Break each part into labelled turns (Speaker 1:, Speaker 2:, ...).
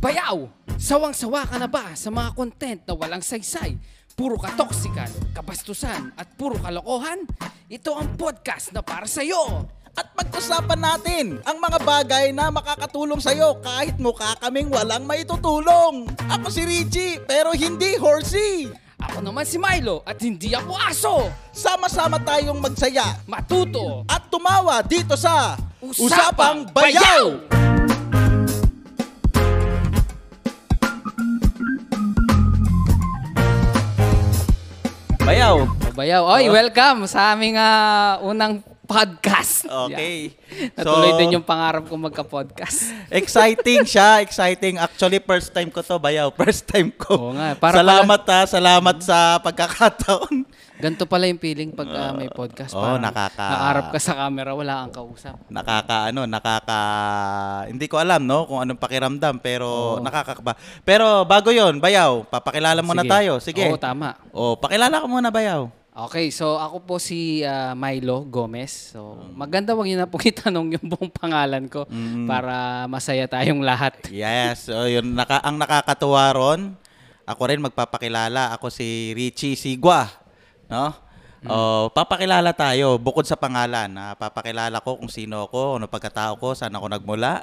Speaker 1: Bayaw! Sawang-sawa ka na ba sa mga content na walang saysay? Puro katoksikan, kabastusan, at puro kalokohan? Ito ang podcast na para sa'yo!
Speaker 2: At pag-usapan natin ang mga bagay na makakatulong sa'yo kahit mukha kaming walang maitutulong. Ako si Richie, pero hindi horsey.
Speaker 1: Ako naman si Milo at hindi ako aso!
Speaker 2: Sama-sama tayong magsaya
Speaker 1: Matuto!
Speaker 2: at tumawa dito sa
Speaker 1: Usapang Bayaw!
Speaker 2: Bayaw!
Speaker 1: O, Bayaw, oy, welcome sa aming ah, unang podcast.
Speaker 2: Okay.
Speaker 1: Yeah.
Speaker 2: So-
Speaker 1: Natuloy din yung pangarap kong magka-podcast.
Speaker 2: Exciting siya, exciting. Actually, first time ko to, Bayaw. First time ko.
Speaker 1: Oo nga, para
Speaker 2: salamat ha, salamat sa pagkakataon.
Speaker 1: Ganto pala yung feeling pag ah, may podcast.
Speaker 2: Oo,
Speaker 1: Parang
Speaker 2: Uh, oh, nakaka-
Speaker 1: Naarap ka sa camera, wala kang kausap.
Speaker 2: nakaka ano, nakaka hindi ko alam no kung anong pakiramdam pero nakakakaba. Pero bago 'yon, Bayaw, papakilala muna
Speaker 1: Sige.
Speaker 2: tayo. Sige.
Speaker 1: Oo, tama.
Speaker 2: Oh, pakilala ka muna, Bayaw.
Speaker 1: Okay, so ako po si ah, Milo Gomez. So maganda wag niyo na pong itanong yung buong pangalan ko para masaya tayong lahat.
Speaker 2: Yes, so yun naka, ang nakakatuwa ron. Ako rin magpapakilala. Ako si Richie Sigwa, no?
Speaker 1: Mm.
Speaker 2: Oh, papakilala tayo bukod sa pangalan. Na papakilala ko kung sino ako, ano pagkatao ko, saan ako nagmula.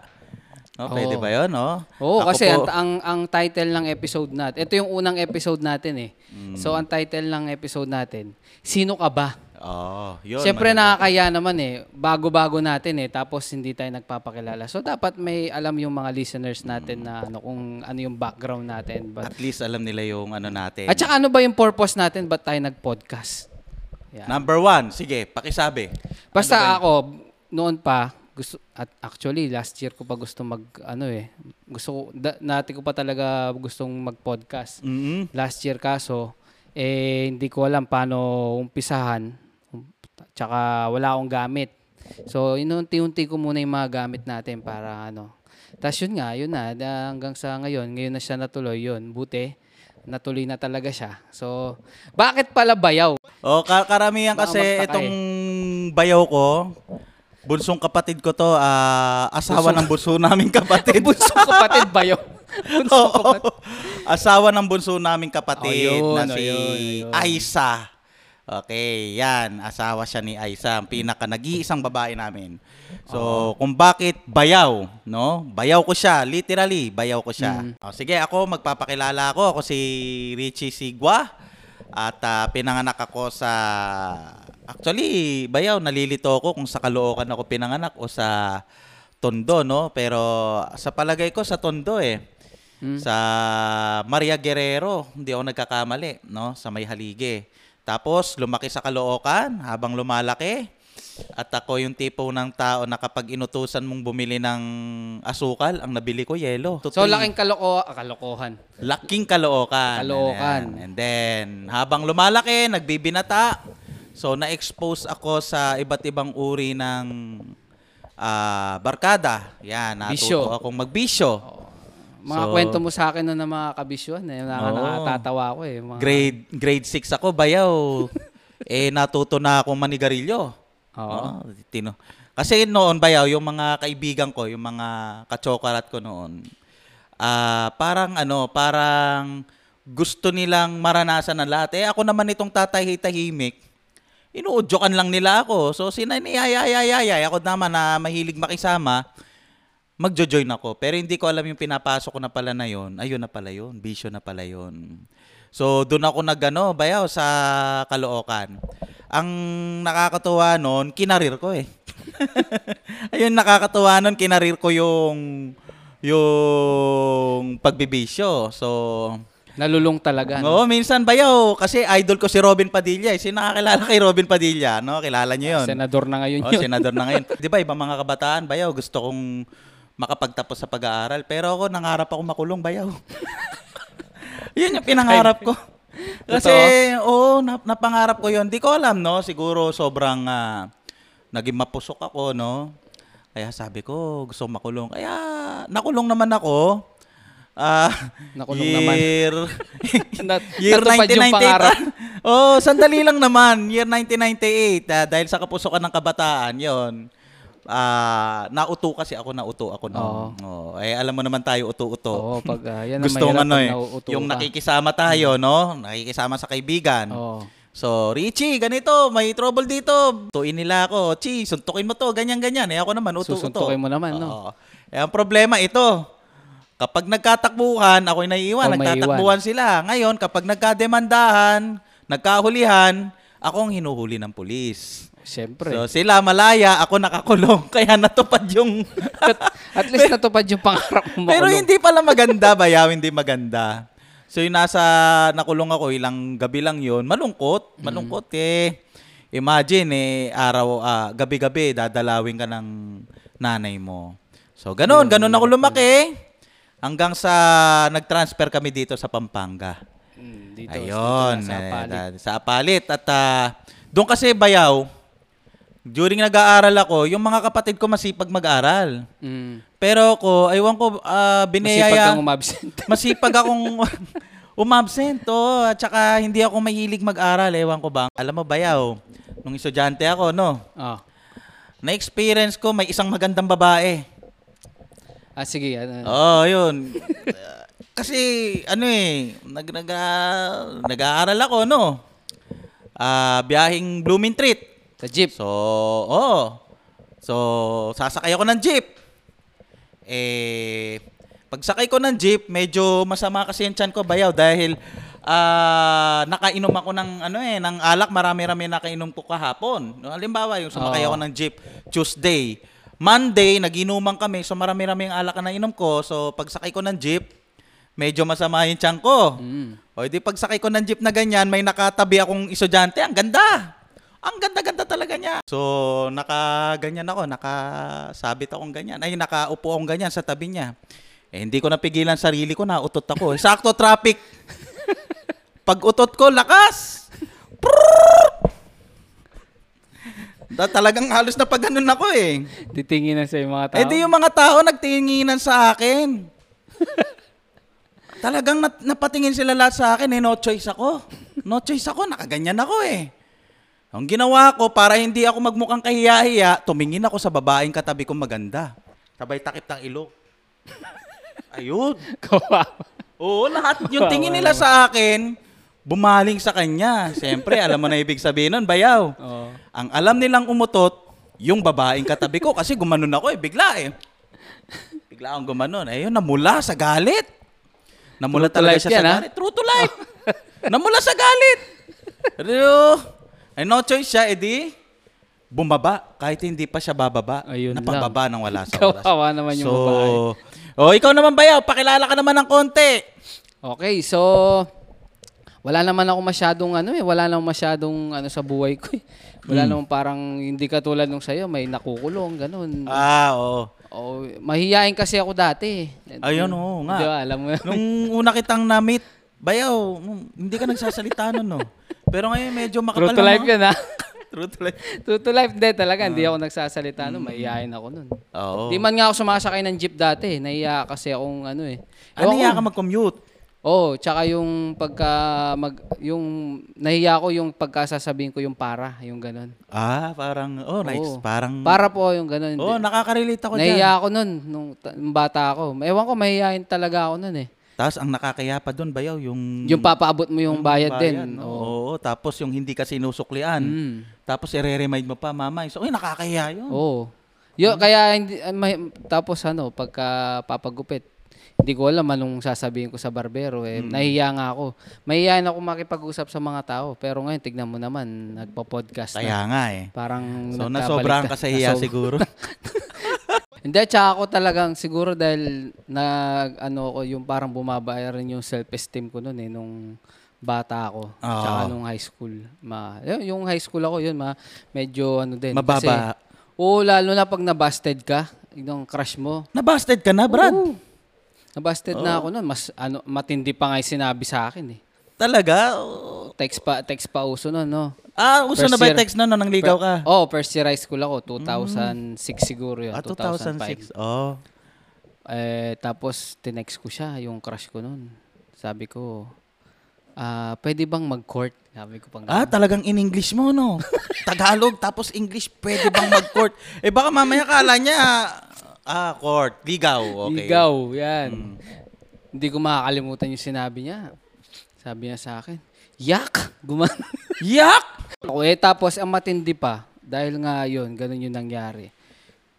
Speaker 1: Oo.
Speaker 2: No, pwede ba 'yon, no?
Speaker 1: Oo,
Speaker 2: Ako
Speaker 1: kasi
Speaker 2: po-
Speaker 1: ang, ang ang title ng episode natin. Ito yung unang episode natin eh.
Speaker 2: Mm.
Speaker 1: So ang title ng episode natin, Sino ka ba?
Speaker 2: Oh, yun.
Speaker 1: Siyempre
Speaker 2: maganda.
Speaker 1: nakakaya naman eh. Bago-bago natin eh. Tapos hindi tayo nagpapakilala. So dapat may alam yung mga listeners natin na ano kung ano yung background natin. But,
Speaker 2: At least alam nila yung ano natin.
Speaker 1: at saka ano ba yung purpose natin? Ba't tayo nag-podcast? Yeah.
Speaker 2: Number one, sige, pakisabi.
Speaker 1: Basta ako, noon pa, gusto, at actually last year ko pa gusto mag, ano eh, gusto ko, da- dati ko pa talaga gustong mag-podcast.
Speaker 2: Mhm.
Speaker 1: Last year kaso, eh, hindi ko alam paano umpisahan. Um, Tsaka wala akong gamit. So, inunti-unti ko muna yung mga gamit natin para ano. Tapos yun nga, yun na, da- hanggang sa ngayon, ngayon na siya natuloy yun. Buti, natuloy na talaga siya. So, bakit pala bayaw?
Speaker 2: O, ka- karamihan
Speaker 1: Baka
Speaker 2: kasi
Speaker 1: magtaka
Speaker 2: itong bayaw ko, bunsong kapatid ko to, ah, asawa ng bunso naming kapatid.
Speaker 1: Bunso kapatid bayaw. Bunso
Speaker 2: Oo. asawa ng bunso naming kapatid
Speaker 1: Oh, yun,
Speaker 2: na
Speaker 1: oh,
Speaker 2: si
Speaker 1: yun, yun.
Speaker 2: Aisa. Okay, yan. Asawa siya ni Aisa, ang pinaka nag-iisang babae namin. So, kung bakit bayaw, no? Bayaw ko siya, literally, bayaw ko siya.
Speaker 1: Mm.
Speaker 2: O, sige, ako magpapakilala ako. Ako si Richie Sigwa at ah, pinanganak ako sa Actually, bayaw nalilito ako kung sa Caloocan ako pinanganak o sa Tondo, no? Pero sa palagay ko sa Tondo eh.
Speaker 1: Hmm.
Speaker 2: Sa Maria Guerrero, hindi ako nagkakamali, no? Sa May Halige. Tapos lumaki sa Caloocan habang lumalaki. At ako yung tipo ng tao na kapag inutusan mong bumili ng asukal, ang nabili ko yelo.
Speaker 1: So, laking kaloko, ah, kalokohan.
Speaker 2: Laking Caloocan.
Speaker 1: Caloocan.
Speaker 2: Ayan. And then, habang lumalaki, nagbibinata. So, na-expose ako sa iba't ibang uri ng ah, barkada. Yan, natuto
Speaker 1: Bisyo.
Speaker 2: akong magbisyo.
Speaker 1: Mga
Speaker 2: So-
Speaker 1: kwento mo sa akin nun ng mga kabisyon, eh, naka-
Speaker 2: Oo.
Speaker 1: nakatatawa ako eh. Mga,
Speaker 2: Grade grade 6 ako, bayaw. eh natuto na akong manigarilyo.
Speaker 1: Oo.
Speaker 2: No? Tino. Kasi noon bayaw, yung mga kaibigan ko, yung mga kachokarat ko noon, ah parang ano, parang gusto nilang maranasan ng lahat. Eh ako naman itong tatahitahimik. Inuudyokan lang nila ako. So sinaniyayayayayay ako naman na mahilig makisama magjo-join ako. Pero hindi ko alam yung pinapasok ko na pala na yun. Ayun na pala yun. Bisyo na pala yun. So, doon ako nagano, bayaw, sa Caloocan. Ang nakakatuwa noon, kinarir ko eh. Ayun, nakakatuwa noon, kinarir ko yung yung pagbibisyo. So,
Speaker 1: Nalulung talaga. no?
Speaker 2: Oo, minsan bayaw. Kasi idol ko si Robin Padilla. Eh. Sino nakakilala kay Robin Padilla? No? Kilala niyo yun.
Speaker 1: Senador na ngayon
Speaker 2: Oh,
Speaker 1: yun.
Speaker 2: senador na ngayon. 'Di ba, ibang mga kabataan, bayaw, gusto kong makapagtapos sa pag-aaral, pero ako nangarap ako makulong, bayaw. 'Yun yung pinangarap ko. Kasi oo, nap- napangarap ko 'yon. Di ko alam, no, siguro sobrang ah, naging mapusok ako, no. Kaya sabi ko, gusto kong makulong. Kaya nakulong naman ako. Ah,
Speaker 1: Nakulong naman.
Speaker 2: year-
Speaker 1: Nat-
Speaker 2: Year
Speaker 1: natupad yung pangarap.
Speaker 2: 1998. oh, sandali lang naman. Year 1998. ah, dahil sa kapusukan ng kabataan, yon. ah, nauto kasi ako, nauto ako noon.
Speaker 1: Oo.
Speaker 2: Oo. Eh, alam mo naman tayo, uto-uto.
Speaker 1: Oo, pag ah, yan ang
Speaker 2: Oh. Gusto
Speaker 1: mahirap
Speaker 2: ano
Speaker 1: pag
Speaker 2: eh,
Speaker 1: nauuto
Speaker 2: yung
Speaker 1: ka.
Speaker 2: nakikisama tayo, no? Nakikisama sa kaibigan.
Speaker 1: Oo.
Speaker 2: So, Richie, ganito, may trouble dito. Tuin nila ako. Chi, suntukin mo to, ganyan-ganyan. Eh, ako naman, uto-uto.
Speaker 1: Susuntukin mo naman, no?
Speaker 2: Oo. Eh, ang problema ito, kapag nagkatakbuhan, ako'y naiiwan,
Speaker 1: Oh, may
Speaker 2: nagtatakbuhan sila. Ngayon, kapag nagkademandahan, nagkahulihan, ako ang hinuhuli ng pulis.
Speaker 1: Siyempre.
Speaker 2: So, sila malaya, ako nakakulong. Kaya natupad yung...
Speaker 1: at, at least natupad yung pangarap mo
Speaker 2: Pero
Speaker 1: makulong.
Speaker 2: hindi pala maganda, bayaw, hindi maganda. So, yung nasa nakulong ako, ilang gabi lang
Speaker 1: Mm-hmm.
Speaker 2: yon malungkot, malungkot eh. Imagine eh, araw, ah, gabi-gabi, dadalawin ka ng nanay mo. So, ganun, ganun ako lumaki. Hanggang sa nag-transfer kami dito sa Pampanga.
Speaker 1: Mm, dito,
Speaker 2: Ayun,
Speaker 1: dito na sa
Speaker 2: eh,
Speaker 1: palit.
Speaker 2: da- sa Apalit. At ah, doon kasi bayaw, during nag-aaral ako, yung mga kapatid ko masipag mag-aral.
Speaker 1: Mm.
Speaker 2: Pero ako, aywan ko, ah,
Speaker 1: Masipag
Speaker 2: biniyaya.
Speaker 1: kang umabsent.
Speaker 2: Masipag akong umabsent, oh. At saka hindi ako mahilig mag-aral, ewan ko ba. Alam mo ba yaw, nung estudyante ako, no,
Speaker 1: oh.
Speaker 2: na-experience ko may isang magandang babae.
Speaker 1: Ah, sige. ano-
Speaker 2: Oo, oh, yun. Uh, Kasi, ano eh, nag, nag, ah, nag-aaral ako, no. Ah, biyahing Blooming Treat.
Speaker 1: Sa jeep.
Speaker 2: So, oo. So, sasakay ako ng jeep. Eh, pagsakay ko ng jeep, medyo masama kasi yung tiyan ko bayaw dahil ah, nakainom ako ng ano eh, ng alak, marami-rami nakainom ko kahapon. No, Halimbawa, yung sumakay
Speaker 1: Oo.
Speaker 2: ako ng jeep Tuesday. Monday, naginuman kami, so marami-rami ang alak na nainom ko. So, pagsakay ko ng jeep, medyo masama yung tiyan ko.
Speaker 1: Mm.
Speaker 2: O di pagsakay ko ng jeep na ganyan, may nakatabi akong estudyante. Ang ganda! Ang ganda-ganda talaga niya. So, nakaganyan ako, nakasabit akong ganyan. Ay, nakaupo akong ganyan sa tabi niya. Eh, hindi ko napigilan sarili ko, nautot ako. Eh, Sakto traffic. Pag utot ko, lakas! Prrrr! Da, talagang halos na pag ganun ako eh.
Speaker 1: Titingin na sa mga tao.
Speaker 2: Eh di yung mga tao nagtinginan sa akin. Talagang nat- napatingin sila lahat sa akin eh, no choice ako. No choice ako, nakaganyan ako eh. Ang ginawa ko para hindi ako magmukhang kahiya-hiya, tumingin ako sa babaeng katabi kong maganda. Sabay takip ng ilog. Ayun.
Speaker 1: Kawawa.
Speaker 2: Oo, lahat yung tingin nila sa akin, bumaling sa kanya. Siyempre, alam mo na ibig sabihin nun, bayaw.
Speaker 1: Oo.
Speaker 2: Ang alam nilang umutot, yung babaeng katabi ko kasi gumanon ako eh, bigla eh. Bigla akong gumanon. Ayun, namula sa galit. Namula
Speaker 1: True to
Speaker 2: talaga
Speaker 1: life
Speaker 2: siya sa
Speaker 1: yan, ah. ha?
Speaker 2: galit. True to life. namula sa galit. Pero, ay no choice siya, edi, bumaba. Kahit hindi pa siya bababa.
Speaker 1: Ayun lang.
Speaker 2: napababa ng wala sa oras.
Speaker 1: Kawawa naman yung
Speaker 2: so,
Speaker 1: babae.
Speaker 2: Oh, ikaw naman bayaw, pakilala ka naman ng konti.
Speaker 1: Okay, so wala naman ako masyadong ano eh, wala naman masyadong ano sa buhay ko eh. Wala
Speaker 2: Hmm.
Speaker 1: naman parang hindi katulad nung sa'yo, may nakukulong, ganun.
Speaker 2: Ah, oo.
Speaker 1: o, mahihiyain kasi ako dati eh.
Speaker 2: Ayun, oo nga.
Speaker 1: Di ba, alam mo yun?
Speaker 2: Nung una kitang na-meet, bayaw, nung- hindi ka nagsasalita nun, no? Pero ngayon medyo makapal
Speaker 1: True to
Speaker 2: ang
Speaker 1: life
Speaker 2: mga-
Speaker 1: yun ha.
Speaker 2: True to life.
Speaker 1: True to life, hindi talaga.
Speaker 2: Ah.
Speaker 1: Hindi ako nagsasalita
Speaker 2: Hmm.
Speaker 1: nun, mahihiyain ako nun.
Speaker 2: Oo.
Speaker 1: Di man nga ako sumasakay ng jeep dati eh. Nahiya kasi akong ano eh.
Speaker 2: ano
Speaker 1: Ewan ko,
Speaker 2: iya ka mag-commute?
Speaker 1: Oo, oh, tsaka yung pagka mag yung nahiya ko yung pagkasasabihin ko yung para, yung ganun.
Speaker 2: Ah, parang, oh, nice.
Speaker 1: Oo.
Speaker 2: Parang,
Speaker 1: Para po yung ganun.
Speaker 2: oh, nakaka-relate ako dyan.
Speaker 1: nahiya ako nun nung, ta- nung bata ako. Ewan ko mahihiyain talaga ako nun eh.
Speaker 2: Tapos ang nakakaya pa doon, bayaw, Hmm. yung...
Speaker 1: Yung papaabot mo yung bayad, din.
Speaker 2: no?
Speaker 1: Oo.
Speaker 2: Oo. tapos yung hindi ka sinusuklian.
Speaker 1: Mm.
Speaker 2: Tapos i-remind mo pa, mama. So, ay, nakakaya yun.
Speaker 1: Oo. Yo, kaya hindi ah, may- tapos ano, pagka papagupit, hindi ko alam anong sasabihin ko sa barbero eh. Nahiya nga ako. Mahihiyain ako makipag-usap sa mga tao. Pero ngayon, tignan mo naman, nagpa-podcast na.
Speaker 2: Kaya nga eh.
Speaker 1: Parang
Speaker 2: So,
Speaker 1: nagkabaliktad.
Speaker 2: nasobrahan ka sa hiya
Speaker 1: Nasob-
Speaker 2: siguro.
Speaker 1: Hindi, tsaka ako talagang siguro dahil nag ano ko yung parang bumaba rin yung self-esteem ko noon eh nung bata ako.
Speaker 2: Oo.
Speaker 1: Tsaka nung high school. Ma, yun, yung high school ako yun, ma, medyo ano din.
Speaker 2: Mababa.
Speaker 1: Kasi, oo, lalo na pag nabasted ka, yung crush mo.
Speaker 2: Nabasted ka na, Brad.
Speaker 1: Oo. Nabasted na ako noon. Mas ano, matindi pa nga yung sinabi sa akin eh.
Speaker 2: Talaga? Oo.
Speaker 1: Text pa, text pa uso noon, no?
Speaker 2: Ah, uso
Speaker 1: First
Speaker 2: na ba
Speaker 1: year.
Speaker 2: yung text na no, nang ligaw ka?
Speaker 1: Oh, first year high school ako, 2006 siguro yun,
Speaker 2: Ah,
Speaker 1: 2005.
Speaker 2: 2006. Oh.
Speaker 1: Eh, tapos, tinext ko siya, yung crush ko noon. Sabi ko, ah, pwede bang mag-court? Sabi ko pang
Speaker 2: Ah,
Speaker 1: ganun.
Speaker 2: talagang in English mo, no? Tagalog, tapos English, pwede bang mag-court? Eh, baka mamaya kala niya, ah, court, ligaw, okay. Hmm.
Speaker 1: Ligaw, yan. Hindi ko makakalimutan yung sinabi niya. Sabi niya sa akin, yak! Guman.
Speaker 2: Yak!
Speaker 1: Ako, eh, tapos ang matindi pa, dahil nga yun, ganun yung nangyari.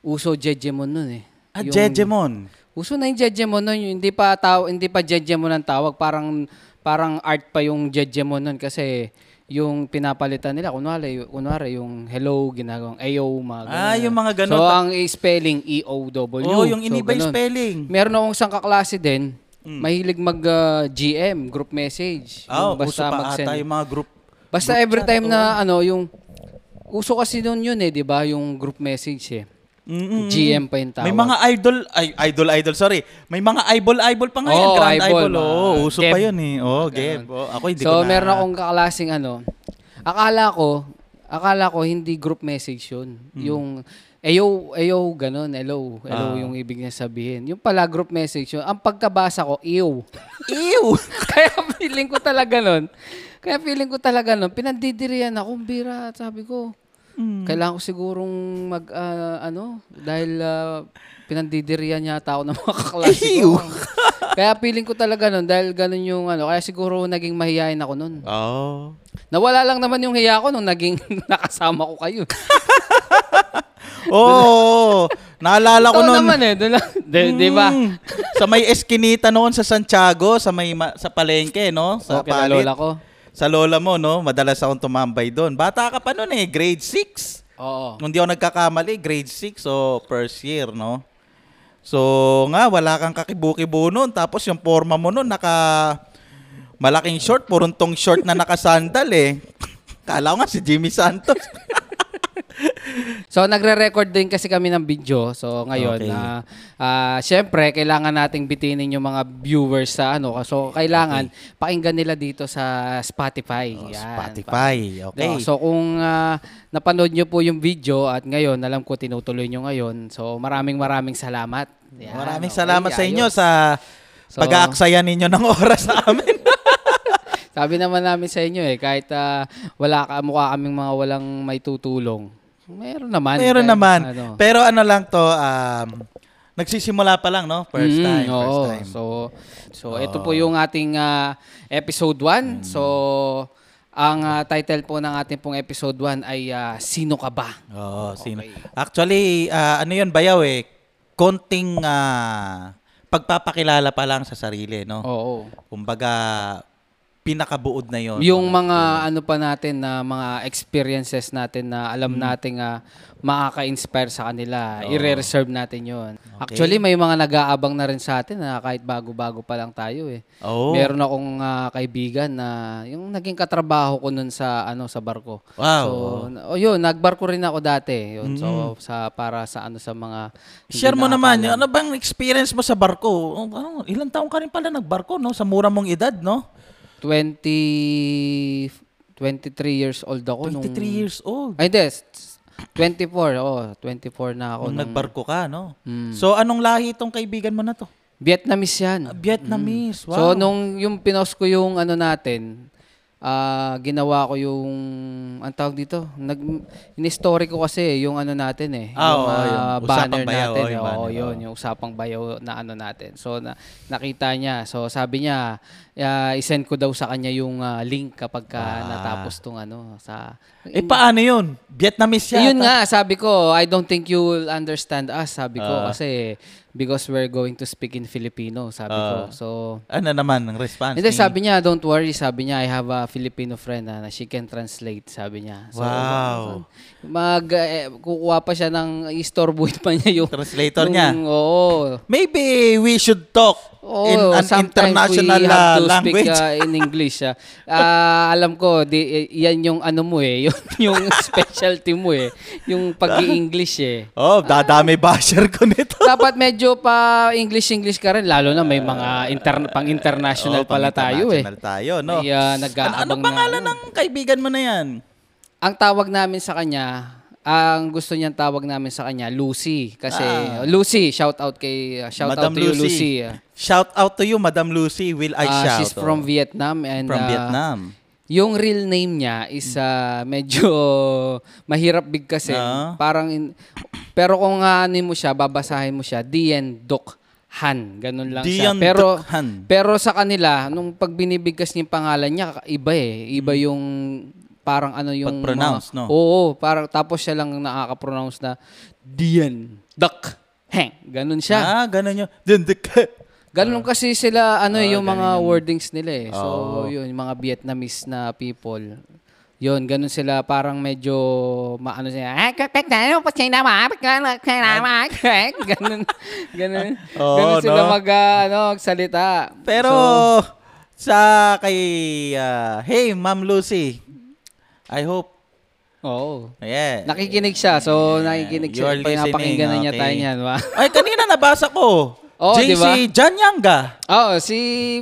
Speaker 1: Uso jejemon nun eh.
Speaker 2: Ah,
Speaker 1: Yung-
Speaker 2: Jejemon.
Speaker 1: Uso na yung jejemon nun, yung hindi pa taw, hindi pa jejemon ang tawag, parang parang art pa yung jejemon nun kasi yung pinapalitan nila kunwari kunwari yung hello ginagawang ayo mga ganun.
Speaker 2: Ah, yung mga ganun.
Speaker 1: So ang spelling E O W.
Speaker 2: Oo, Oh, yung iniba yung
Speaker 1: so, ganun.
Speaker 2: spelling. Hmm.
Speaker 1: Meron akong isang kaklase din, mahilig mag ah, GM, group message.
Speaker 2: Ah,
Speaker 1: Yung
Speaker 2: uso pa
Speaker 1: mag-send.
Speaker 2: ata yung mga group.
Speaker 1: Basta every time na ano, yung uso kasi noon yun eh, 'di ba, yung group message eh.
Speaker 2: Mm-mm.
Speaker 1: GM pa yung tawag.
Speaker 2: Hmm. May mga idol, ay, idol, idol, sorry. May mga eyeball-eyeball pa ngayon.
Speaker 1: Oo,
Speaker 2: Grand
Speaker 1: eyeball,
Speaker 2: eyeball. Oo,
Speaker 1: mga
Speaker 2: uso
Speaker 1: Geb.
Speaker 2: pa yun eh. Oo, Geb. Oo, ako hindi
Speaker 1: so,
Speaker 2: ko na.
Speaker 1: meron akong kaklasing ano. Akala ko, akala ko hindi group message yun.
Speaker 2: Mm.
Speaker 1: Yung, ayo, ayo, ganun, hello, hello
Speaker 2: Ah.
Speaker 1: yung ibig niya sabihin. Yung pala group message yun. Ang pagkabasa ko, ew.
Speaker 2: Ew!
Speaker 1: Kaya feeling ko talaga nun. Kaya feeling ko talaga nun. Pinandidirian ako, "Ang bira, sabi ko.
Speaker 2: Mm.
Speaker 1: Kailangan ko sigurong mag, ah, ano, dahil ah, pinandidirian yata ako ng mga kaklase ko. kaya feeling ko talaga nun, dahil ganun yung ano, kaya siguro naging mahihain ako nun.
Speaker 2: Oo.
Speaker 1: Nawala lang naman yung hiya ko nung naging nakasama ko kayo.
Speaker 2: Oo. Oh, Naalala ko
Speaker 1: Ito
Speaker 2: nun.
Speaker 1: naman eh, doon lang. Di, di ba?
Speaker 2: Mm. sa may Eskinita noon sa Santiago, sa may ma- sa Palengke, no? Sa
Speaker 1: Okay, na lola ko.
Speaker 2: Sa lola mo, no? Madalas akong tumambay doon. Bata ka pa noon eh, grade 6.
Speaker 1: Oo.
Speaker 2: Kung di ako nagkakamali, grade 6 so first year, no? So, nga wala kang kakibukibo noon tapos yung forma mo noon naka malaking short, purong tong short na nakasandal eh. Kala ko nga si Jimmy Santos.
Speaker 1: So nagre-record din kasi kami ng video. So ngayon
Speaker 2: Okay.
Speaker 1: na syempre kailangan nating bitinin yung mga viewers sa ano. So kailangan pakinggan nila dito sa Spotify. Yan.
Speaker 2: Oh, Spotify. Okay.
Speaker 1: No, so kung ah, napanood nyo po yung video at ngayon alam ko tinutuloy nyo ngayon. So maraming maraming salamat. Yan,
Speaker 2: Maraming
Speaker 1: okay,
Speaker 2: salamat sa inyo
Speaker 1: ayos.
Speaker 2: sa
Speaker 1: So-
Speaker 2: pag-aaksaya ninyo ng oras sa amin.
Speaker 1: Sabi naman namin sa inyo eh kahit ah, wala ka mukha kaming mga walang may tutulong. Meron naman.
Speaker 2: Meron
Speaker 1: Kahit,
Speaker 2: naman.
Speaker 1: ano.
Speaker 2: Pero ano lang to, um, nagsisimula pa lang, no? First
Speaker 1: Mm,
Speaker 2: time, first
Speaker 1: oo.
Speaker 2: time.
Speaker 1: So, so ito po yung ating ah, episode 1.
Speaker 2: Mm-hmm.
Speaker 1: So, ang ah, title po ng ating pong episode 1 ay ah, Sino ka ba?
Speaker 2: Oo, sino? Actually, ah, ano yun, Bayaw eh, konting ah, pagpapakilala pa lang sa sarili, no?
Speaker 1: Oo.
Speaker 2: Kumbaga, pinakabuod na yon.
Speaker 1: Yung mga ano pa natin na mga experiences natin na alam
Speaker 2: Mm-hmm.
Speaker 1: nating ah, makaka-inspire sa kanila, i-reserve natin 'yon. Actually, may mga nag-aabang na rin sa atin na kahit bago-bago pa lang tayo eh.
Speaker 2: Oo.
Speaker 1: Meron akong ah, kaibigan na yung naging katrabaho ko nun sa ano sa barko.
Speaker 2: Wow.
Speaker 1: So, na- oh, yun, nagbarko rin ako dati. Yun, so sa para sa ano sa mga hindi
Speaker 2: Share mo naman,
Speaker 1: nakakaalam.
Speaker 2: yung, ano bang experience mo sa barko? Oh, Ano, ilang taong ka rin pala nagbarko, no? Sa mura mong edad, no?
Speaker 1: 20 23 years old ako
Speaker 2: 23
Speaker 1: nung
Speaker 2: years old.
Speaker 1: Ay, hindi. s- s- 24. Oo, 24 na ako.
Speaker 2: Nung
Speaker 1: nung-
Speaker 2: nagbarko ka, no?
Speaker 1: Hmm.
Speaker 2: So, anong lahi itong kaibigan mo na to?
Speaker 1: Vietnamese yan.
Speaker 2: Vietnamese. Wow.
Speaker 1: Hmm. So, nung yung pinost ko yung ano natin, ah, ginawa ko yung, ang tawag dito, nag, in-story ko kasi yung ano natin eh.
Speaker 2: Ah, oo,
Speaker 1: ah,
Speaker 2: yun. Usapang
Speaker 1: banner
Speaker 2: bayaw,
Speaker 1: natin.
Speaker 2: oo, yung
Speaker 1: Oo,
Speaker 2: banner,
Speaker 1: yun, yung usapang bayaw na ano natin. So, na, nakita niya. So, sabi niya, ah, isend ko daw sa kanya yung ah, link kapag ka natapos tong ano. Sa,
Speaker 2: eh, paano yun?
Speaker 1: Eh,
Speaker 2: Vietnamese yata.
Speaker 1: Yun nga, sabi ko, I don't think you will understand us, sabi ko,
Speaker 2: Ah.
Speaker 1: kasi because we're going to speak in Filipino, sabi ko. So,
Speaker 2: Ano naman ang response?
Speaker 1: hindi,
Speaker 2: ni-
Speaker 1: sabi niya, don't worry, sabi niya, I have a Filipino friend ah, na she can translate, sabi niya. So,
Speaker 2: Wow.
Speaker 1: mag, eh, kukuha pa siya ng, istorbuhin pa niya yung...
Speaker 2: Translator niya.
Speaker 1: yung- Oo.
Speaker 2: Maybe we should talk
Speaker 1: Oo,
Speaker 2: in an
Speaker 1: Oh, sometimes
Speaker 2: international
Speaker 1: we have
Speaker 2: uh,
Speaker 1: to
Speaker 2: language.
Speaker 1: speak uh, in English. ah. Ah, alam ko, di, eh, yan yung ano mo eh, yung, yung specialty mo eh, yung pag-i-English eh.
Speaker 2: oh, dadami basher ko nito.
Speaker 1: dapat medyo pa English-English ka rin lalo na may mga inter- pang-international
Speaker 2: Oo,
Speaker 1: pala tayo eh.
Speaker 2: pang-international Oh, tayo, no?
Speaker 1: May, ah,
Speaker 2: Ano,
Speaker 1: nag-aabang
Speaker 2: anong
Speaker 1: na-
Speaker 2: pangalan ng kaibigan mo na yan?
Speaker 1: Ang tawag namin sa kanya, ang gusto niyang tawag namin sa kanya, Lucy. Kasi, Lucy, shout out kay, shout
Speaker 2: Ah. Madam
Speaker 1: out to you,
Speaker 2: Lucy.
Speaker 1: Lucy. ah.
Speaker 2: Shout out to you, Madam Lucy. Will I
Speaker 1: Ah,
Speaker 2: shout?
Speaker 1: she's
Speaker 2: oh.
Speaker 1: from Vietnam and
Speaker 2: From
Speaker 1: ah,
Speaker 2: Vietnam.
Speaker 1: Yung real name niya is
Speaker 2: Mm.
Speaker 1: ah, medyo mahirap bigkasin.
Speaker 2: Ah.
Speaker 1: Parang in- pero kung aanin mo siya, babasahin mo siya, Dien Doc Han. Ganun lang
Speaker 2: Dien
Speaker 1: siya. Pero
Speaker 2: Duc Han.
Speaker 1: pero sa kanila, nung pag binibigkas niya yung pangalan niya, iba eh. Iba yung parang ano yung
Speaker 2: Mm. Pag-pronounce, no?
Speaker 1: Oo, parang tapos siya lang ang nakaka-pronounce na Dien Doc Han. Ganun siya.
Speaker 2: Ah, ganun yun. Then the cat. Ah.
Speaker 1: Ganun kasi sila, ano yung mga wordings nila eh. So,
Speaker 2: Oo.
Speaker 1: yun, yung mga Vietnamese na people. Yun, ganun sila parang medyo maano sila. "Ah, kapit na, ano po siya naman? Kapit na, ano po siya naman?" Ganun. Ganun.
Speaker 2: Oo,
Speaker 1: ganun sila
Speaker 2: no?
Speaker 1: mag ah, ano, salita.
Speaker 2: Pero
Speaker 1: So,
Speaker 2: sa kay ah, Hey, Ma'am Lucy. I hope.
Speaker 1: oo.
Speaker 2: Yeah.
Speaker 1: Nakikinig siya. So, nakikinig
Speaker 2: You're
Speaker 1: siya. Pinapakinggan na
Speaker 2: listening,
Speaker 1: niya tayo
Speaker 2: okay.
Speaker 1: niyan. Wa?
Speaker 2: Ay, kanina nabasa ko.
Speaker 1: Oo, Oh, di ba?
Speaker 2: JC Janyanga.
Speaker 1: Oh, si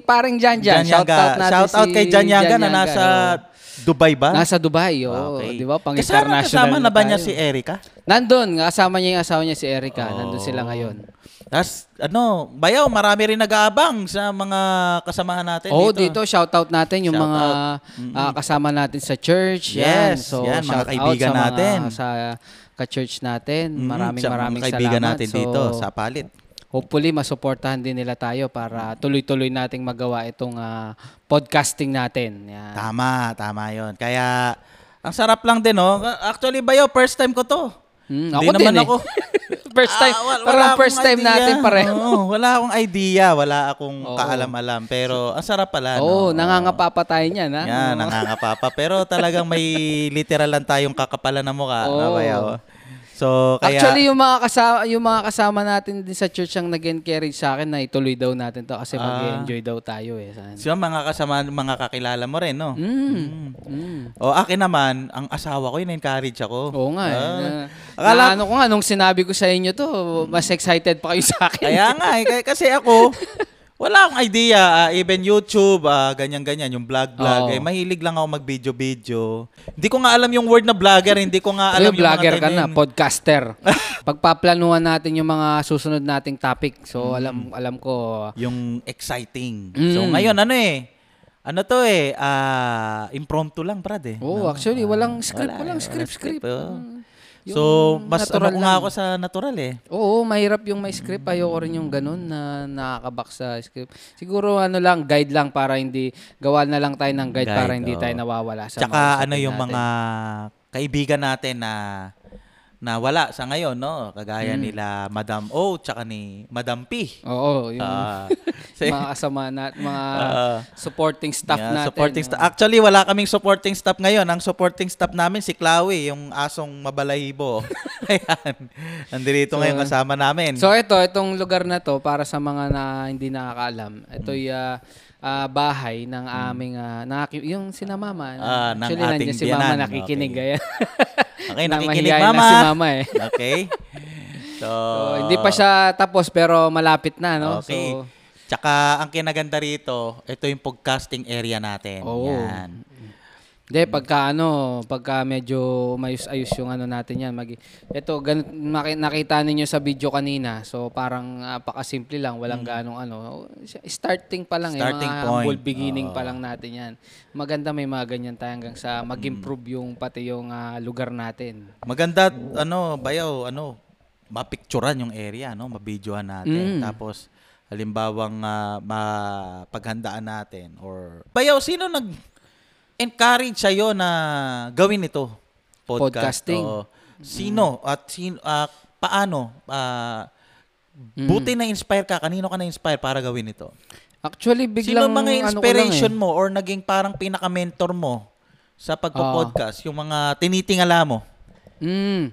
Speaker 1: paring Janjan. Shout
Speaker 2: Janyanga.
Speaker 1: out natin
Speaker 2: Shout out
Speaker 1: si
Speaker 2: kay Janyanga na
Speaker 1: Janyanga,
Speaker 2: nasa
Speaker 1: oo.
Speaker 2: Dubai ba?
Speaker 1: Nasa Dubai, oo. oh,
Speaker 2: Okay.
Speaker 1: Di ba? Pang
Speaker 2: kasama,
Speaker 1: international
Speaker 2: kasama na ba niya
Speaker 1: tayo.
Speaker 2: si Erica?
Speaker 1: Nandun, kasama niya yung asawa niya si Erica. Nandun sila ngayon.
Speaker 2: Tapos, ano, bayaw, marami rin nag-aabang sa mga kasamahan natin
Speaker 1: Oo,
Speaker 2: dito.
Speaker 1: Oh, dito, shoutout natin yung
Speaker 2: Shout
Speaker 1: mga
Speaker 2: out.
Speaker 1: ah, kasama natin sa church. yan.
Speaker 2: Yes,
Speaker 1: So,
Speaker 2: yan, mga
Speaker 1: shout out
Speaker 2: kaibigan
Speaker 1: sa mga-
Speaker 2: natin.
Speaker 1: sa ka-church natin.
Speaker 2: Mm,
Speaker 1: Maraming
Speaker 2: sa mga
Speaker 1: maraming
Speaker 2: kaibigan
Speaker 1: salamat.
Speaker 2: natin
Speaker 1: So,
Speaker 2: dito sa palit.
Speaker 1: hopefully, masuportahan din nila tayo para tuloy-tuloy nating magawa itong ah, podcasting natin. Yan.
Speaker 2: Ah. Tama, tama yon. Kaya, ang sarap lang din, no? Actually, bayo, first time ko to.
Speaker 1: Hmm,
Speaker 2: Hindi
Speaker 1: ako din
Speaker 2: naman
Speaker 1: eh.
Speaker 2: ako.
Speaker 1: first time.
Speaker 2: Ah, wa-
Speaker 1: parang
Speaker 2: akong
Speaker 1: first time
Speaker 2: idea.
Speaker 1: natin pareho.
Speaker 2: Oo, wala akong idea, wala akong
Speaker 1: Oo.
Speaker 2: kaalam-alam. Pero, ang sarap pala,
Speaker 1: Oo,
Speaker 2: no?
Speaker 1: nangangapa pa tayo niyan, ha?
Speaker 2: Ano? Yan,
Speaker 1: Oo.
Speaker 2: nangangapapa. Pero talagang may literal lang tayong kakapalan na mukha.
Speaker 1: Oo.
Speaker 2: no, bayaw? So, kaya...
Speaker 1: Actually, yung mga kasama, yung mga kasama natin din sa church ang nag-encourage sa akin na ituloy daw natin to
Speaker 2: Ah.
Speaker 1: kasi mag-enjoy daw tayo eh. Saan?
Speaker 2: So, mga kasama, mga kakilala mo rin, no?
Speaker 1: Mm.
Speaker 2: Hmm.
Speaker 1: Mm.
Speaker 2: O, akin naman, ang asawa ko, in-encourage ako.
Speaker 1: Oo nga eh.
Speaker 2: Ah.
Speaker 1: Na-
Speaker 2: akala,
Speaker 1: na ano ko nga, nung sinabi ko sa inyo to, mas excited pa kayo sa akin.
Speaker 2: kaya nga, eh, kaya- kasi ako, wala akong idea. Ah, even YouTube, ah, ganyan-ganyan, yung
Speaker 1: Oo.
Speaker 2: vlog-vlog. Eh, mahilig lang ako mag-video-video. Hindi ko nga alam yung word na vlogger. eh, Hindi ko nga
Speaker 1: Alam
Speaker 2: alam
Speaker 1: vlogger
Speaker 2: yung mga
Speaker 1: ka na,
Speaker 2: tining-
Speaker 1: podcaster. Pagpaplanuhan natin yung mga susunod nating topic. So, alam
Speaker 2: Hmm.
Speaker 1: alam ko,
Speaker 2: Yung exciting.
Speaker 1: Mm.
Speaker 2: So, ngayon, ano eh? Ano to eh? ah, impromptu lang, brad eh.
Speaker 1: oh,
Speaker 2: No?
Speaker 1: actually, walang script,
Speaker 2: Wala,
Speaker 1: walang
Speaker 2: wala
Speaker 1: script, script. Hmm. Mm.
Speaker 2: oh.
Speaker 1: Yung
Speaker 2: So, mas ano
Speaker 1: natural
Speaker 2: ko nga
Speaker 1: lang.
Speaker 2: ako sa natural eh.
Speaker 1: Oo, mahirap yung may script. Ayoko rin yung ganun na nakakabak sa script. Siguro ano lang, guide lang para hindi, gawa na lang tayo ng guide,
Speaker 2: Guide,
Speaker 1: para hindi
Speaker 2: oo.
Speaker 1: tayo nawawala sa mga
Speaker 2: Tsaka
Speaker 1: usapin
Speaker 2: ano yung
Speaker 1: natin.
Speaker 2: mga kaibigan natin na na wala sa ngayon, no?
Speaker 1: Hmm.
Speaker 2: Kagaya nila Madam O, tsaka ni Madam P.
Speaker 1: Oo, yung
Speaker 2: Ah, si-
Speaker 1: mga kasama na, mga
Speaker 2: Ah.
Speaker 1: supporting staff
Speaker 2: Yeah,
Speaker 1: natin. ah.
Speaker 2: Supporting sta- Actually, wala kaming supporting staff ngayon. Ang supporting staff namin si Chloe, yung asong mabalahibo. Ayan. Nandito
Speaker 1: So,
Speaker 2: ngayon kasama namin.
Speaker 1: So ito, itong lugar na to para sa mga na hindi nakakaalam. Ito yung
Speaker 2: Mm.
Speaker 1: bahay ng aming ah, nakaki- yung sinamama.
Speaker 2: Ah,
Speaker 1: Actually,
Speaker 2: ng
Speaker 1: nandiyan
Speaker 2: ating
Speaker 1: si mama
Speaker 2: biyanan.
Speaker 1: nakikinig.
Speaker 2: Okay.
Speaker 1: Kaya,
Speaker 2: okay,
Speaker 1: na
Speaker 2: nakikinig
Speaker 1: mahihain
Speaker 2: mama.
Speaker 1: Na si mama eh.
Speaker 2: okay. So,
Speaker 1: So, hindi pa siya tapos pero malapit na, no?
Speaker 2: Ah. Okay.
Speaker 1: So,
Speaker 2: Tsaka ang kinaganda rito, ito yung podcasting area natin.
Speaker 1: Oo.
Speaker 2: Yan.
Speaker 1: hindi, pagka ano, pagka medyo mayus-ayos yung ano natin yan. Mag, ito, gan, maki- nakita ninyo sa video kanina. So, parang napakasimple lang. Walang ganong ano. Starting pa lang. eh,
Speaker 2: Mm. Starting
Speaker 1: mga
Speaker 2: point.
Speaker 1: humble beginning pa
Speaker 2: Oo. Mm.
Speaker 1: lang natin yan. Maganda may mga ganyan tayo hanggang sa mag-improve yung pati yung ah, lugar natin.
Speaker 2: Maganda, ano, bayaw, ano, mapicturan yung area, no? Mabidyohan natin.
Speaker 1: Mm.
Speaker 2: Tapos, halimbawang ah, mapaghandaan natin or... Bayaw, sino nag-encourage sa'yo na gawin ito?
Speaker 1: Podcasting.
Speaker 2: oo. Sino at sino, ah, paano? Ah,
Speaker 1: Mm.
Speaker 2: Buti na-inspire ka. Kanino ka na-inspire para gawin ito?
Speaker 1: Actually, biglang ano
Speaker 2: Sino mga
Speaker 1: ko lang eh.
Speaker 2: inspiration mo or naging parang pinaka-mentor mo sa
Speaker 1: Ah.
Speaker 2: pagpo-podcast? Yung mga tinitingala mo?
Speaker 1: Mm.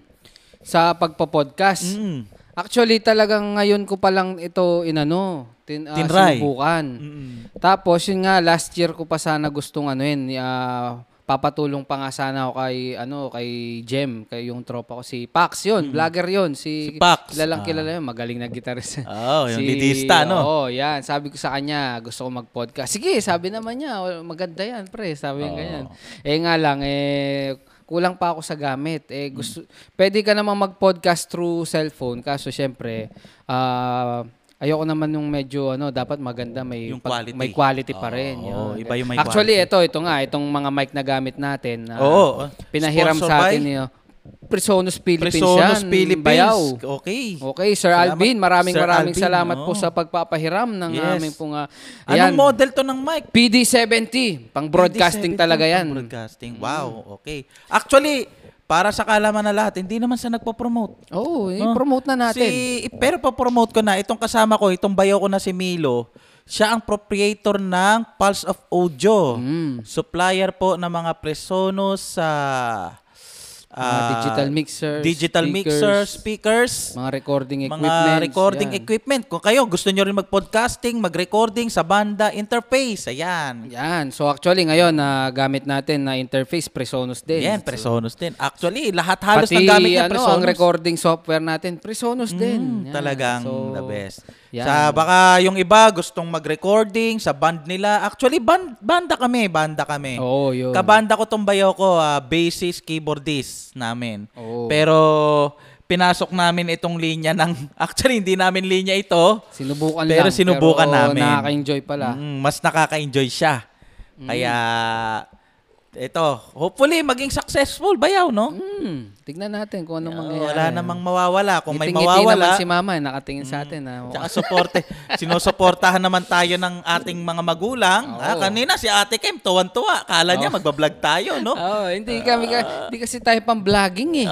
Speaker 1: Sa pagpa-podcast.
Speaker 2: Mm.
Speaker 1: Actually, talagang ngayon ko palang ito inano, tin, ah,
Speaker 2: Tinry.
Speaker 1: sinubukan.
Speaker 2: Mm.
Speaker 1: Tapos yun nga last year ko pa sana gustong ano yun, ah, papatulong pa nga sana ako kay ano kay Jem, kay yung tropa ko si Pax yun, vlogger yun si,
Speaker 2: Si Pax,
Speaker 1: Kilalang
Speaker 2: ah.
Speaker 1: kilala yun, magaling na gitarista.
Speaker 2: Oo, Oh, yung lidista, no?
Speaker 1: Oo, yan. Sabi ko sa kanya, gusto ko mag-podcast. Sige, sabi naman niya, "Well, maganda yan, pre. Sabi niya ganyan. Eh nga lang, eh, kulang pa ako sa gamit. Eh, gusto, Pwede ka naman mag-podcast through cellphone. Kaso, syempre, ah, Ayoko naman yung medyo ano, dapat maganda may
Speaker 2: Yung
Speaker 1: pag-
Speaker 2: quality.
Speaker 1: may quality pa
Speaker 2: Oo,
Speaker 1: rin.
Speaker 2: oo,
Speaker 1: yun.
Speaker 2: iba yung may
Speaker 1: Actually,
Speaker 2: quality.
Speaker 1: ito, ito nga, itong mga mic na gamit natin. ah,
Speaker 2: Oo.
Speaker 1: Pinahiram
Speaker 2: Sponsor
Speaker 1: sa atin
Speaker 2: by
Speaker 1: niyo. Prisonus Philippines
Speaker 2: Presonus
Speaker 1: yan,
Speaker 2: Philippines.
Speaker 1: Bayaw.
Speaker 2: Okay.
Speaker 1: Okay, Sir
Speaker 2: Salamat,
Speaker 1: Alvin, maraming
Speaker 2: Sir
Speaker 1: maraming
Speaker 2: Alvin,
Speaker 1: salamat po
Speaker 2: oo.
Speaker 1: sa pagpapahiram ng
Speaker 2: Yes.
Speaker 1: aming pong ah,
Speaker 2: Anong
Speaker 1: ayan,
Speaker 2: model to ng mic?
Speaker 1: PD70, pang broadcasting
Speaker 2: 2017
Speaker 1: talaga yan. Mm-hmm.
Speaker 2: pang Broadcasting. Wow, okay. Actually, para sa kalaman na lahat, hindi naman sa nagpo-promote.
Speaker 1: Oo,
Speaker 2: No?
Speaker 1: i-promote Eh, na natin.
Speaker 2: Ah, Si, pero pa-promote ko na, itong kasama ko, itong bayo ko na si Milo, siya ang proprietor ng Pulse of Audio.
Speaker 1: Mm.
Speaker 2: Supplier po ng mga presono sa...
Speaker 1: Mga
Speaker 2: ah,
Speaker 1: digital mixer,
Speaker 2: digital mixer, speakers,
Speaker 1: mga recording equipment.
Speaker 2: mga recording equipment. Kung kayo gusto nyo rin mag-podcasting, mag-recording sa banda interface. Ayan.
Speaker 1: Yan. So actually ngayon na gamit natin na interface Presonus din.
Speaker 2: Yan,
Speaker 1: So,
Speaker 2: Presonus din. Actually, lahat halos
Speaker 1: Pati
Speaker 2: ng gamit niya
Speaker 1: ano,
Speaker 2: Presonus.
Speaker 1: ang recording software natin Presonus din. Yan.
Speaker 2: Mm, Talagang
Speaker 1: So,
Speaker 2: the best.
Speaker 1: yan.
Speaker 2: Sa baka yung iba gustong mag-recording sa band nila. Actually, band, banda kami, banda kami.
Speaker 1: Oo, Oh, yun.
Speaker 2: Kabanda ko tong bayo ko, ah, bassist, keyboardist namin.
Speaker 1: Oo.
Speaker 2: Pero pinasok namin itong linya ng actually hindi namin linya ito.
Speaker 1: sinubukan
Speaker 2: Pero
Speaker 1: lang.
Speaker 2: sinubukan
Speaker 1: pero
Speaker 2: namin.
Speaker 1: nakaka-enjoy pala.
Speaker 2: Mm, mas nakaka-enjoy siya.
Speaker 1: Mm.
Speaker 2: Kaya ito, hopefully maging successful bayaw, no?
Speaker 1: Hmm. Tignan natin kung anong mangyayari.
Speaker 2: Wala namang mawawala. Kung may
Speaker 1: Ngiting-ngiti
Speaker 2: mawawala, Mm.
Speaker 1: naman si Mama, nakatingin sa atin. ah.
Speaker 2: Tsaka suporte. Sinusuportahan naman tayo ng ating mga magulang. Ah,
Speaker 1: Oo.
Speaker 2: kanina si Ate Kim, tuwan-tuwa. Kala niya magbablog tayo, no?
Speaker 1: Oo, hindi kami ka, hindi kasi tayo pang vlogging eh.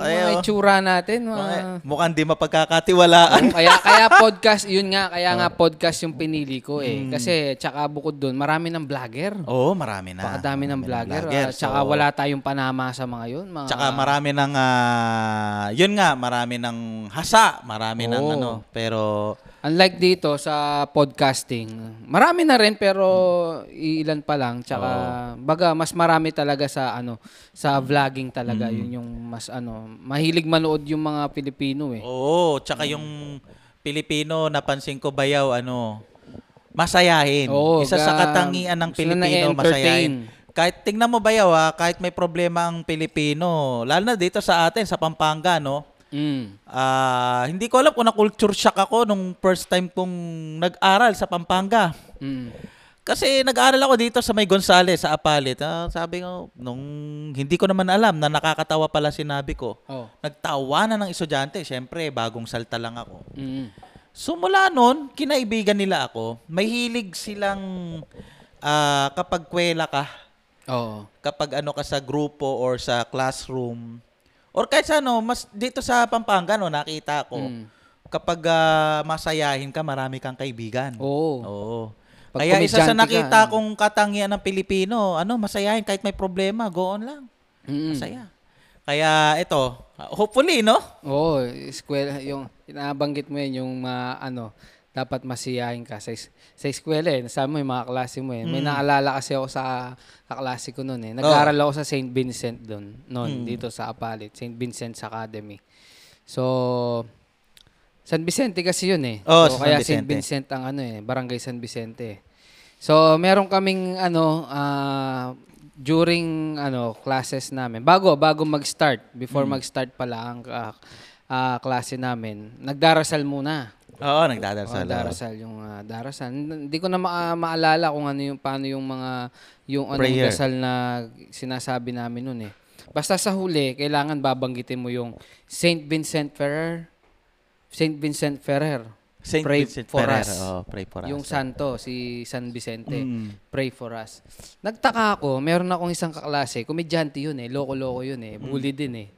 Speaker 1: mga
Speaker 2: Kaya,
Speaker 1: itsura natin. Mga,
Speaker 2: mga, mukhang di mapagkakatiwalaan.
Speaker 1: Oo, kaya kaya podcast, yun nga, kaya nga podcast yung pinili ko eh. Kasi tsaka bukod doon, marami ng vlogger.
Speaker 2: Mm. Oo, marami na.
Speaker 1: Baka dami ng vlogger. ah,
Speaker 2: vlogger,
Speaker 1: tsaka
Speaker 2: so-
Speaker 1: wala tayong panama sa mga yun. Mga,
Speaker 2: Tsaka marami ng, ah, yun nga, marami ng hasa. Marami ng
Speaker 1: Oo.
Speaker 2: ano. Pero,
Speaker 1: unlike dito sa podcasting, marami na rin pero ilan pa lang. Tsaka baga mas marami talaga sa ano sa vlogging talaga yun yung mas ano mahilig manood yung mga Pilipino eh.
Speaker 2: oo. Tsaka yung Pilipino, napansin ko bayaw, ano, masayahin.
Speaker 1: Oo,
Speaker 2: Isa sa
Speaker 1: ga-
Speaker 2: katangian ng
Speaker 1: gusto na
Speaker 2: Pilipino,
Speaker 1: na-entertain.
Speaker 2: masayahin. Kahit tingnan mo bayaw ha, kahit may problema ang Pilipino, lalo na dito sa atin, sa Pampanga, no?
Speaker 1: Mm.
Speaker 2: Ah, hindi ko alam kung na-culture shock ako nung first time kong nag-aral sa Pampanga.
Speaker 1: Mm.
Speaker 2: Kasi nag-aral ako dito sa May Gonzales, sa Apalit. Ah, sabi ko, nung hindi ko naman alam na nakakatawa pala sinabi ko,
Speaker 1: Oh.
Speaker 2: nagtawanan ng estudyante. Siyempre, bagong salta lang ako.
Speaker 1: Mm.
Speaker 2: So mula noon, kinaibigan nila ako. May hilig silang ah, kapag kwela ka,
Speaker 1: Oo.
Speaker 2: kapag ano ka sa grupo or sa classroom, or kahit sa ano, mas dito sa Pampanga, no, nakita ko,
Speaker 1: Hmm.
Speaker 2: kapag ah, masayahin ka, marami kang kaibigan.
Speaker 1: Oo.
Speaker 2: Oo.
Speaker 1: Pag
Speaker 2: Kaya isa
Speaker 1: komedyante
Speaker 2: sa
Speaker 1: ka,
Speaker 2: nakita
Speaker 1: ano.
Speaker 2: kong katangian ng Pilipino, ano, masayahin kahit may problema, go on lang.
Speaker 1: Mm.
Speaker 2: Masaya. Kaya ito, hopefully, no?
Speaker 1: Oo, eskwela, yung inabanggit mo yun, yung mga ano, dapat masiyahin ka sa, is- sa eskwela eh. Nasama mo yung mga klase mo eh. May naalala kasi ako sa kaklase ko noon eh. Nag-aaral ako sa St. Vincent doon, noon, dito sa Apalit, St. Vincent's Academy. So, San Vicente kasi yun eh.
Speaker 2: Oo,
Speaker 1: so,
Speaker 2: sa San
Speaker 1: kaya
Speaker 2: Vicente.
Speaker 1: St. Vincent ang ano eh, barangay San Vicente. So, meron kaming ano, ah, during ano classes namin, bago bago mag-start, before
Speaker 2: Mm.
Speaker 1: mag-start pala ang ah, ah, klase namin, nagdarasal muna.
Speaker 2: Oo,
Speaker 1: Oh,
Speaker 2: nagdadasal.
Speaker 1: darasal yung ah, darasal. N- Hindi ko na ma- maalala kung ano yung paano yung mga yung ano
Speaker 2: Prayer.
Speaker 1: dasal na sinasabi namin noon eh. Basta sa huli, kailangan babanggitin mo yung Saint Vincent Ferrer. Saint Vincent Ferrer.
Speaker 2: Saint
Speaker 1: pray
Speaker 2: Vincent
Speaker 1: for
Speaker 2: Ferrer.
Speaker 1: us.
Speaker 2: Oo, pray for us. oh. Mm.
Speaker 1: Yung santo, si San Vicente. Pray for us. Nagtaka ako, meron akong isang kaklase, komedyante yun eh, loko-loko yun eh, bully
Speaker 2: Mm.
Speaker 1: din eh.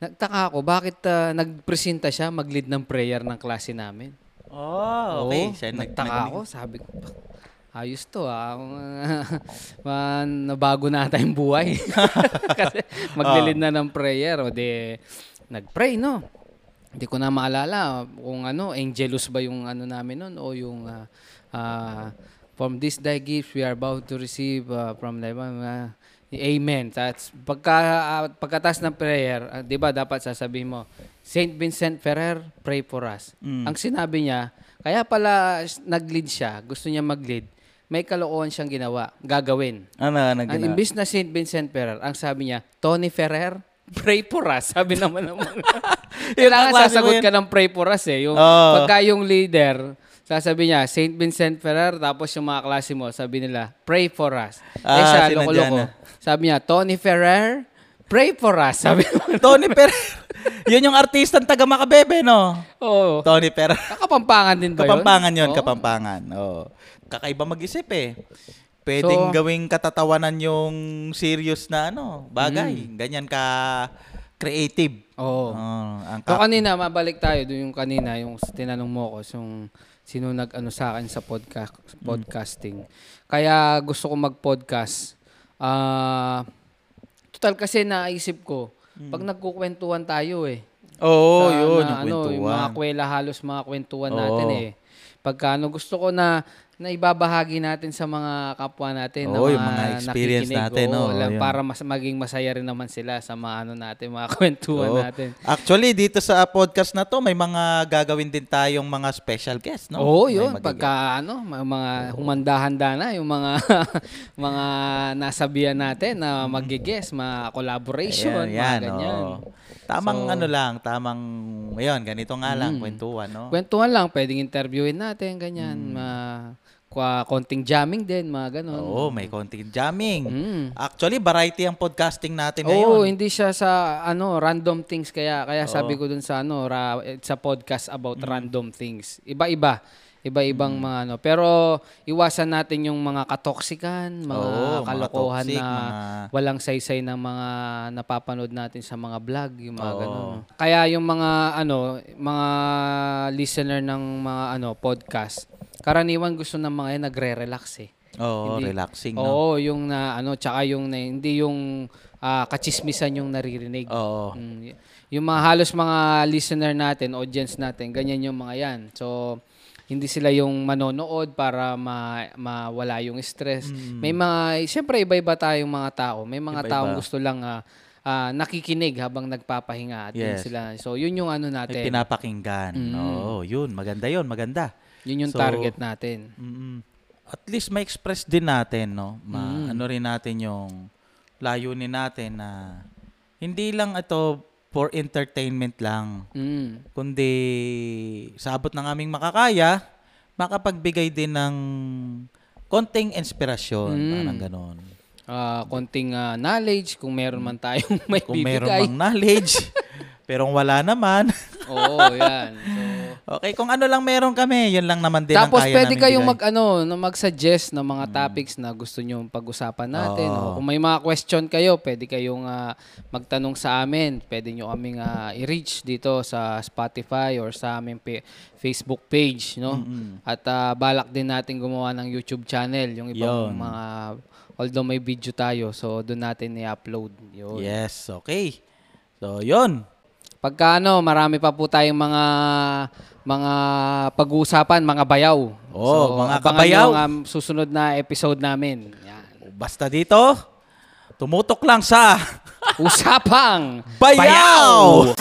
Speaker 1: Nagtaka ako, bakit ah, nagpresenta siya mag-lead ng prayer ng klase namin?
Speaker 2: Oh, okay. Siya
Speaker 1: Oo,
Speaker 2: nag-
Speaker 1: nagtaka
Speaker 2: nag-
Speaker 1: ako, sabi ko, "Pak, ayos to ah. Man, nabago na tayong buhay. Kasi maglilid na ng prayer o de nagpray no. Hindi ko na maalala kung ano, angelus ba yung ano namin nun o yung ah, ah, from this thy gifts we are about to receive ah, from thy ah, Amen. That's pagka ah, pagkatas ng prayer, ah, 'di ba dapat sasabihin mo, Saint Vincent Ferrer, pray for us. Ang sinabi niya, kaya pala s- nag-lead siya, gusto niya mag-lead. May kalokohan siyang ginawa, gagawin.
Speaker 2: Ano, nag
Speaker 1: Ang imbis na Saint Vincent Ferrer, ang sabi niya, Tony Ferrer, Pray for us, sabi naman ng mga.
Speaker 2: Yun ang
Speaker 1: Kailangan
Speaker 2: klase mo
Speaker 1: sasagot
Speaker 2: yun.
Speaker 1: ka ng pray for us eh. Yung,
Speaker 2: Oo.
Speaker 1: Pagka yung leader, sasabi niya, St. Vincent Ferrer, tapos yung mga klase mo, sabi nila, pray for us.
Speaker 2: Ah,
Speaker 1: eh siya,
Speaker 2: sinadya
Speaker 1: loko-loko.
Speaker 2: na.
Speaker 1: Sabi niya, Tony Ferrer, pray for us. Sabi naman.
Speaker 2: Tony Perez. Yun yung artistang taga Makabebe, no?
Speaker 1: Oo.
Speaker 2: Tony Perez.
Speaker 1: Kakapampangan din ba Ano yun?
Speaker 2: Kapampangan yun,
Speaker 1: Oo.
Speaker 2: kapampangan. Oo. Kakaiba mag-isip eh. Pwedeng
Speaker 1: So-
Speaker 2: gawing katatawanan yung serious na ano, bagay. Ganyan ka creative.
Speaker 1: Mm. Oo.
Speaker 2: Oo, ang
Speaker 1: So
Speaker 2: ka-
Speaker 1: kanina, mabalik tayo doon yung kanina, yung s- tinanong mo ko, so yung sino nag-ano sa akin sa podcast,
Speaker 2: Mm.
Speaker 1: podcasting. Kaya gusto ko mag-podcast. Ah, total kasi naisip ko, pag nagkukwentuhan tayo eh.
Speaker 2: Mm. Oo,
Speaker 1: Sa
Speaker 2: yun,
Speaker 1: na- ano,
Speaker 2: yung
Speaker 1: Yung mga
Speaker 2: kwentuhan.
Speaker 1: kwela halos mga kwentuhan
Speaker 2: Oo.
Speaker 1: natin eh. Pagka ano, gusto ko na na ibabahagi natin sa mga kapwa natin na
Speaker 2: Oo, yung mga experience
Speaker 1: nakikinig.
Speaker 2: natin,
Speaker 1: Oo,
Speaker 2: oo,
Speaker 1: lang,
Speaker 2: yun.
Speaker 1: para mas maging masaya rin naman sila sa mga ano natin, mga kwentuhan
Speaker 2: Oo.
Speaker 1: natin.
Speaker 2: Actually, dito sa podcast na to, may mga gagawin din tayong mga special guest, no?
Speaker 1: Oo,
Speaker 2: May
Speaker 1: yun.
Speaker 2: magig-
Speaker 1: Pagka ano, may mga humanda-handa na yung mga mga nasabihan natin na mag-guess, mga collaboration,
Speaker 2: Mm-hmm. Ayan,
Speaker 1: mga
Speaker 2: yan,
Speaker 1: ganyan.
Speaker 2: oo. Tamang
Speaker 1: So- Mm.
Speaker 2: ano lang, tamang, ayun, ganito nga lang, kwentuhan, no?
Speaker 1: Kwentuhan lang, pwedeng interviewin natin, ganyan.
Speaker 2: Mm.
Speaker 1: Ma- kwa konting jamming din, mga ganun.
Speaker 2: Oo, may konting jamming.
Speaker 1: Mm.
Speaker 2: Actually, variety ang podcasting natin
Speaker 1: Oo,
Speaker 2: ngayon.
Speaker 1: hindi siya sa ano random things kaya kaya sabi ko dun sa ano ra, sa podcast about
Speaker 2: Mm.
Speaker 1: random things. Iba-iba. Iba-ibang mga ano. Pero iwasan natin yung mga katoksikan, mga
Speaker 2: Oo, mga
Speaker 1: kalokohan
Speaker 2: toxic,
Speaker 1: na
Speaker 2: mga-
Speaker 1: walang saysay na mga napapanood natin sa mga vlog, yung mga
Speaker 2: Oo.
Speaker 1: ganun. Kaya yung mga ano, mga listener ng mga ano podcast, karaniwan gusto ng mga yan nagre-relax eh.
Speaker 2: Oo,
Speaker 1: Hindi-
Speaker 2: relaxing, no?
Speaker 1: Oo, yung na ano tsaka yung na, hindi yung ah, kachismisan yung naririnig.
Speaker 2: Oo.
Speaker 1: Mm, y- yung mga halos mga listener natin, audience natin, ganyan yung mga 'yan. So hindi sila yung manonood para ma, mawala yung stress. May mga siyempre iba-iba tayong mga tao. May mga
Speaker 2: Mm. Iba-iba.
Speaker 1: taong gusto lang ah, ah, nakikinig habang nagpapahinga at yun
Speaker 2: Yes.
Speaker 1: sila. So yun yung ano
Speaker 2: May
Speaker 1: natin. Mm.
Speaker 2: pinapakinggan. Oo, yun. Maganda yun, maganda.
Speaker 1: yun yung
Speaker 2: So,
Speaker 1: target natin.
Speaker 2: Mm-mm. At least ma-express din natin, no? Ma- Ano rin natin yung layunin natin na hindi lang ito for entertainment lang,
Speaker 1: Mm.
Speaker 2: kundi sa abot ng aming makakaya, makapagbigay din ng konting inspirasyon,
Speaker 1: Mm.
Speaker 2: parang ganon.
Speaker 1: Ah, konting ah, knowledge kung meron man tayong may
Speaker 2: Kung meron
Speaker 1: bibigay.
Speaker 2: mang knowledge, pero kung wala naman,
Speaker 1: Oo, yan. So,
Speaker 2: okay, kung ano lang meron kami, yun lang naman din
Speaker 1: tapos
Speaker 2: ang kaya
Speaker 1: pwede
Speaker 2: namin
Speaker 1: kayong
Speaker 2: bigay.
Speaker 1: mag ano, na mag-suggest ng mga topics na gusto niyo pag-usapan natin. O
Speaker 2: Oo.
Speaker 1: kung may mga question kayo, pwede kayong ah, magtanong sa amin. Pwede niyo kaming ah, i-reach dito sa Spotify or sa aming pa- Facebook page, no? At ah, balak din natin gumawa ng YouTube channel, yung ibang
Speaker 2: Yun.
Speaker 1: mga although may video tayo, so doon natin i-upload. Yun.
Speaker 2: Yes, okay. So, yun.
Speaker 1: Pagka ano, marami pa po tayong mga mga pag-uusapan, mga bayaw.
Speaker 2: Oo, Oh, mga
Speaker 1: abangan
Speaker 2: kabayaw.
Speaker 1: nyo ang, um, susunod na episode namin. Yan.
Speaker 2: Basta dito, tumutok lang sa
Speaker 1: Usapang
Speaker 2: Bayaw!